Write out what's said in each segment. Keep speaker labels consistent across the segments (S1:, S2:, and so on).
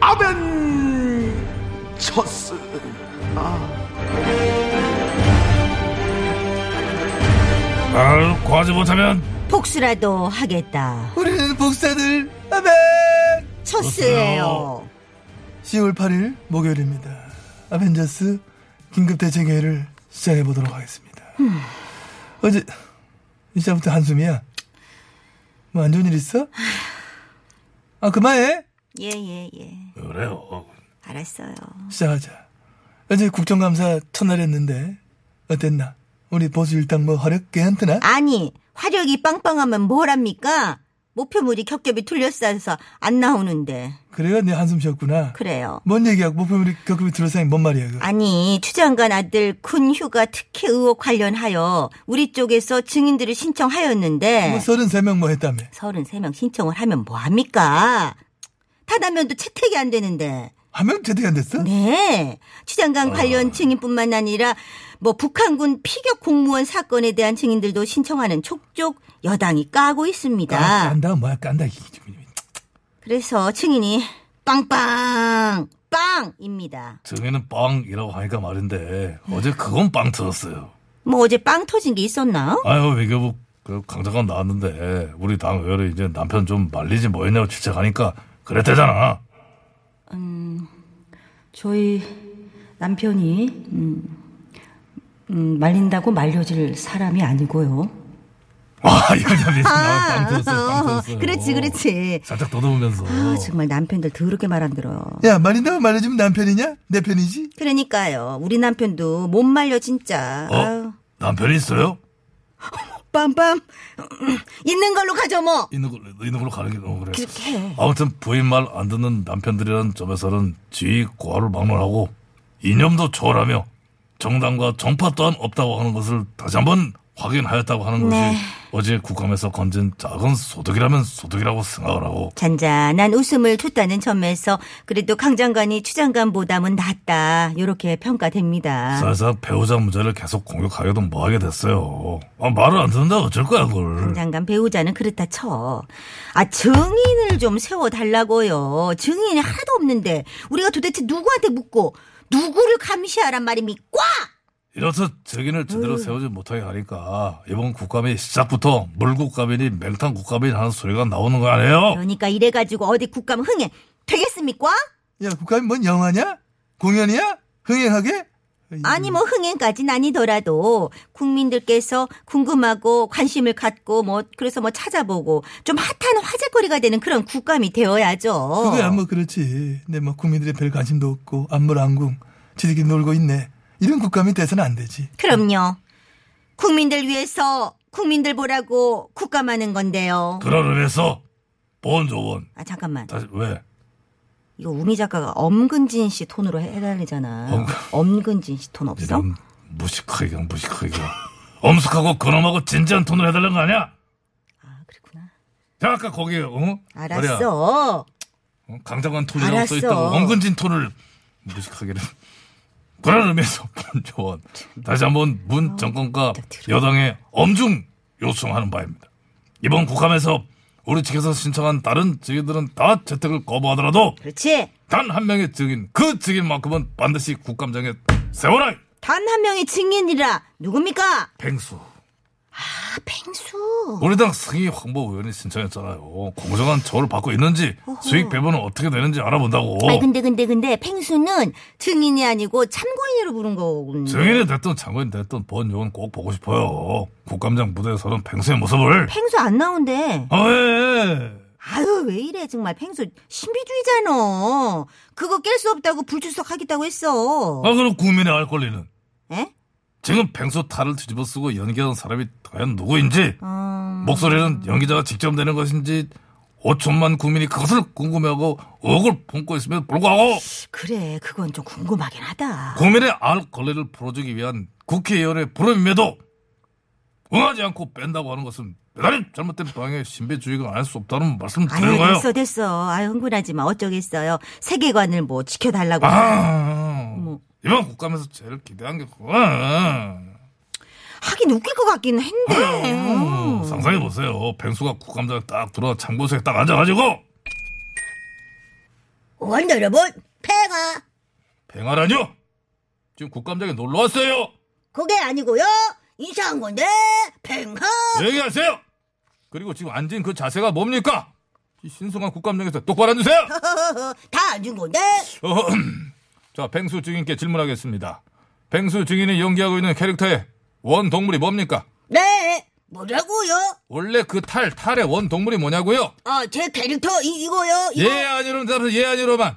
S1: 아벤처스.
S2: 아, 과제 못하면
S3: 복수라도 하겠다.
S4: 우리는 복사들 아멘
S3: 첫스예요.
S4: 10월 8일 목요일입니다 아벤져스 긴급대책회의를 시작해보도록 하겠습니다 어제 이제부터 한숨이야 뭐 안 좋은 일 있어? 아 그만해
S3: 예예예.
S2: 그래요.
S3: 알았어요.
S4: 시작하자 어제 국정감사 첫날 했는데 어땠나? 우리 보수 일당 뭐 어렵게 흔드나?
S3: 아니 화력이 빵빵하면 뭐랍니까? 목표물이 겹겹이 둘러싸여서 안 나오는데
S4: 그래가 내 한숨 쉬었구나
S3: 그래요.
S4: 뭔 얘기야 목표물이 격급이 들어서니 뭔 말이야 그거
S3: 아니 추장관 아들 군 휴가 특혜 의혹 관련하여 우리 쪽에서 증인들을
S4: 뭐
S3: 신청하였는데
S4: 33명 뭐 했다며
S3: 33명 신청을 하면 뭐합니까? 타다면도 채택이 안 되는데
S4: 한명 제대안 됐어?
S3: 네. 추장관 관련 증인뿐만 아니라 뭐 북한군 피격 공무원 사건에 대한 증인들도 신청하는 촉족 여당이 까고
S4: 아.
S3: 있습니다.
S4: 깐다 뭐야 깐다 이- 이-
S3: 그래서 증인이 빵빵 빵입니다.
S2: 정혜는 빵이라고 하니까 말인데 어제 그건 빵 터졌어요.
S3: 뭐 어제 빵 터진 게 있었나?
S2: 아유 외교부 그 강자관 나왔는데 우리 당 의원이 이제 남편 좀 말리지 뭐했냐고 질책하니까 그랬대잖아.
S5: 저희 남편이 음, 음, 말린다고 말려질 사람이 아니고요.
S2: 와 이거 냐면
S3: 아,
S2: 빵 터졌어요. 빵 터졌어요.
S3: 그렇지, 그렇지.
S2: 살짝 더듬으면서.
S5: 아, 정말 남편들 더럽게 말 안 들어요.
S4: 야 말린다고 말해주면 남편이냐? 내 편이지?
S3: 그러니까요. 우리 남편도 못 말려 진짜.
S2: 어?
S3: 아유,
S2: 남편이 있어요?
S3: 빰빰 있는 걸로 가져 뭐.
S2: 있는 걸로 있는 걸로 가는 게 너무 그래.
S3: 그렇게 해.
S2: 아무튼 부인 말 안 듣는 남편들이라는 점에서는 지위 고하를 막론하고 이념도 초월하며 정당과 정파 또한 없다고 하는 것을 다시 한번 확인하였다고 하는
S3: 네.
S2: 것이 어제 국감에서 건진 작은 소득이라면 소득이라고 생각을 하고
S3: 잔잔한 웃음을 줬다는 점에서 그래도 강 장관이 추 장관보다는 낫다 이렇게 평가됩니다.
S2: 사실상 배우자 문제를 계속 공격하기도 뭐하게 됐어요. 아, 말을 안 듣는다 어쩔 거야
S3: 강
S2: 그걸.
S3: 장관 배우자는 그렇다 쳐. 아 증인을 좀 세워달라고요. 증인이 하나도 없는데 우리가 도대체 누구한테 묻고 누구를 감시하란 말입니까?
S2: 이렇듯 적인을 제대로 세우지 못하게 하니까 이번 국감이 시작부터 물국감이니 맹탕 국감이니 하는 소리가 나오는 거 아니에요?
S3: 그러니까 이래가지고 어디 국감 흥행 되겠습니까?
S4: 야 국감이 뭔 영화냐? 공연이야? 흥행하게? 아이고.
S3: 아니 뭐 흥행까진 아니더라도 국민들께서 궁금하고 관심을 갖고 뭐 그래서 뭐 찾아보고 좀 핫한 화제거리가 되는 그런 국감이 되어야죠.
S4: 그거야 뭐 그렇지 근데 뭐 국민들의 별 관심도 없고 안물안궁 지들끼리 놀고 있네 이런 국감이 돼서는 안 되지
S3: 그럼요. 국민들 위해서 국민들 보라고 국감하는 건데요.
S2: 그런 의미에서 보온조원
S3: 아 잠깐만.
S2: 다시 왜?
S3: 이거 우미 작가가 엄근진 씨 톤으로 해- 해달리잖아. 엄근진 씨 톤 없어?
S2: 이런 무식하게 그냥 무식하게 그냥. 엄숙하고 근엄하고 진지한 톤으로 해달라는 거 아니야?
S3: 아 그렇구나.
S2: 자 아까 거기 어? 뭐냐,
S3: 알았어.
S2: 어? 강장관 톤이라고
S3: 알았어.
S2: 써있다고 엉근진 톤을 무식하게는 그런 의미에서 본조원 다시 한번
S3: 어,
S2: 문 정권과 여당에 엄중 요청하는 바입니다 이번 국감에서 우리 측에서 신청한 다른 증인들은 다 채택을 거부하더라도
S3: 그렇지.
S2: 단 한 명의 증인 그 증인만큼은 반드시 국감장에 세워라
S3: 단 한 명의 증인이라 누굽니까?
S2: 뱅수
S3: 아 팽수.
S2: 우리 당 승희 황보 의원이 신청했잖아요. 공정한 처우를 받고 있는지 수익 배분은 어떻게 되는지 알아본다고.
S3: 아니 근데 근데 근데 팽수는 증인이 아니고 참고인으로 부른 거군요.
S2: 증인이 됐든 장관이 됐든 본요원 꼭 보고 싶어요. 국감장 무대에서는 뱅수의 모습을.
S3: 팽수 안 나온대.
S2: 아, 예.
S3: 아유 왜 이래 정말 팽수 신비주의잖아. 그거 깰 수 없다고 불출석하겠다고 했어.
S2: 아, 그럼 국민의 알 권리는?
S3: 에?
S2: 지금 뱅수 탈을 뒤집어 쓰고 연기하는 사람이 과연 누구인지,
S3: 어,
S2: 목소리는 연기자가 직접 내는 것인지, 5천만 국민이 그것을 궁금해하고 억을 품고 있음에도 불구하고
S3: 그래, 그건 좀 궁금하긴 하다.
S2: 국민의 알 권리를 풀어주기 위한 국회의원의 부름임에도 응하지 않고 뺀다고 하는 것은 대단히 잘못된 방향의 신비주의가 아닐 수 없다는 말씀 드리는
S3: 아유,
S2: 거예요.
S3: 됐어, 됐어. 아유, 흥분하지 마. 어쩌겠어요. 세계관을 뭐 지켜달라고.
S2: 아, 이번 국감에서 제일 기대한 게 그거야.
S3: 하긴 웃길 것 같긴 한데. 음.
S2: 어, 상상해보세요. 뱅수가 국감장에 딱 들어와 장본석에 딱 앉아가지고
S3: 원도 여러분, 폐가
S2: 뱅하라뇨? 지금 국감장에 놀러왔어요.
S3: 그게 아니고요. 인사한 건데, 팽하.
S2: 얘기하세요. 그리고 지금 앉은 그 자세가 뭡니까? 이 신성한 국감장에서 똑바로 앉으세요.
S3: 다 앉은 건데.
S2: 어흠. 자, 뱅수 증인께 질문하겠습니다. 뱅수 증인이 연기하고 있는 캐릭터의 원 동물이 뭡니까?
S3: 네. 뭐라고요?
S2: 원래 그 탈, 탈의 원 동물이 뭐냐고요?
S3: 아, 제 캐릭터 이, 이거요. 이거.
S2: 예, 아니로만 대답해서 예, 아니로만.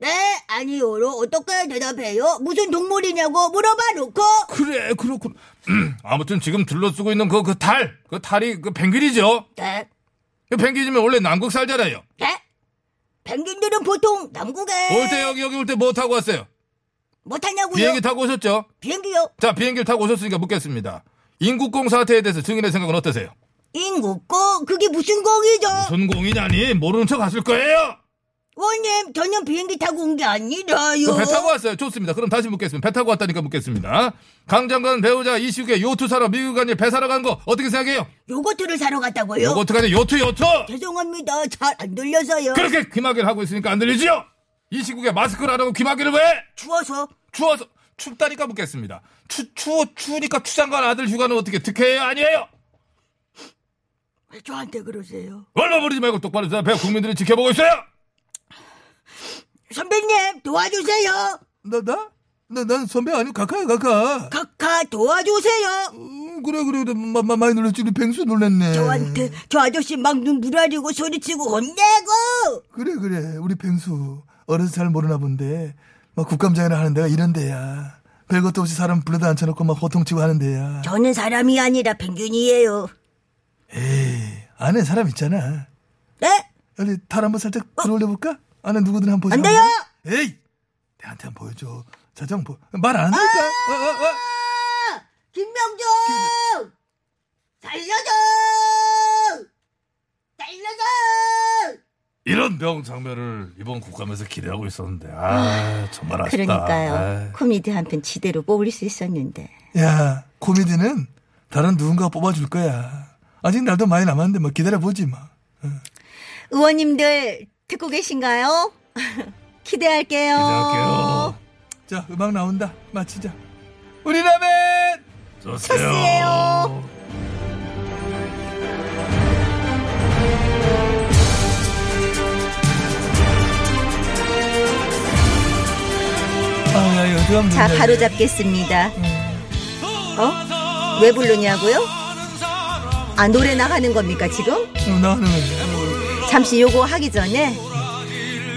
S3: 네, 아니요로 어떻게 대답해요? 무슨 동물이냐고 물어봐 놓고.
S2: 그래, 그렇군. 음, 아무튼 지금 둘러쓰고 있는 그, 그 탈, 그 탈이 그 펭귄이죠?
S3: 네.
S2: 그 펭귄이면 원래 남극 살잖아요.
S3: 네? 펭귄들은 보통 남극에
S2: 올 때 여기, 여기 올 때 뭐 타고 왔어요?
S3: 뭐 타냐고요?
S2: 비행기 타고 오셨죠?
S3: 비행기요?
S2: 자, 비행기를 타고 오셨으니까 묻겠습니다. 인국공 사태에 대해서 증인의 생각은 어떠세요?
S3: 인국공 그게 무슨 공이죠?
S2: 무슨 공이냐니? 모르는 척 하실 거예요!
S3: 원님 저는 비행기 타고 온 게 아니라요.
S2: 그럼 배 타고 왔어요. 좋습니다. 그럼 다시 묻겠습니다. 배 타고 왔다니까 묻겠습니다. 강 장관 배우자 이슈계 요트 사러 미국 간일 배 사러 간 거 어떻게 생각해요?
S3: 요거트를 사러 갔다고요?
S2: 요거 어떡하냐? 요트 요트!
S3: 죄송합니다. 잘 안 들려서요.
S2: 그렇게 귀마개를 하고 있으니까 안 들리지요? 이 시국에 마스크를 안 하고 귀마개를 왜?
S3: 추워서
S2: 추워서 춥다니까 묻겠습니다. 추 추워 추우니까 추장관 아들 휴가는 어떻게 특혜예요? 아니에요?
S3: 왜 저한테 그러세요?
S2: 얼마 부리지 말고 똑바로 대답해 국민들이 지켜보고 있어요.
S3: 선배님 도와주세요.
S4: 나, 나? 나, 난 선배 아니고 가까야, 가까.
S3: 카카 도와주세요.
S4: 음, 그래, 그래, 그래. 마, 마, 많이 놀랐지. 우리 뱅수 놀랐네.
S3: 저한테 저 아저씨 막 눈 부라리고 소리치고 혼내고
S4: 그래, 그래. 우리 뱅수. 어려서 잘 모르나 본데. 막 국감장이나 하는 데가 이런 데야. 별것도 없이 사람 불러다 앉혀놓고 막 호통치고 하는 데야.
S3: 저는 사람이 아니라 펭귄이에요.
S4: 에이, 안에 사람 있잖아.
S3: 네?
S4: 어디 탈 한번 살짝 들어올려볼까? 안에 누구든 한번 보자.
S3: 안 돼요!
S4: 에이! 내한테 한번 보여줘. 자정 보, 말 안 할까? 어, 어, 어.
S3: 아! 김명중! 살려줘! 살려줘!
S2: 이런 병 장면을 이번 국감에서 기대하고 있었는데 아 정말 아쉽다.
S5: 그러니까요.
S2: 아이.
S5: 코미디 한 편 지대로 뽑을 수 있었는데.
S4: 야, 코미디는 다른 누군가가 뽑아줄 거야. 아직 날도 많이 남았는데 뭐 기다려보지 뭐.
S5: 의원님들 듣고 계신가요? 기대할게요.
S2: 아, 기대할게요.
S4: 자, 음악 나온다. 마치자. 우리 라멘!
S2: 좋세요.
S4: 아, 야, 이거 어떡하면
S5: 자,
S4: 되냐,
S5: 바로
S4: 이거.
S5: 잡겠습니다. 어? 왜 부르냐고요? 아, 노래 나가는 겁니까, 지금?
S4: 어, 나는 거야.
S5: 잠시 요거 하기 전에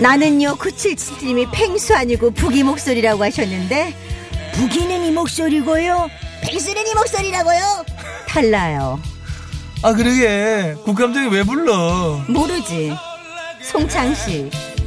S5: 나는요 9777님이 팽수 아니고 부기 목소리라고 하셨는데 부기는 이 목소리고요
S3: 펭수는 이 목소리라고요?
S5: 달라요
S4: 아, 그러게. 국감장이 왜 불러?
S5: 모르지 송창식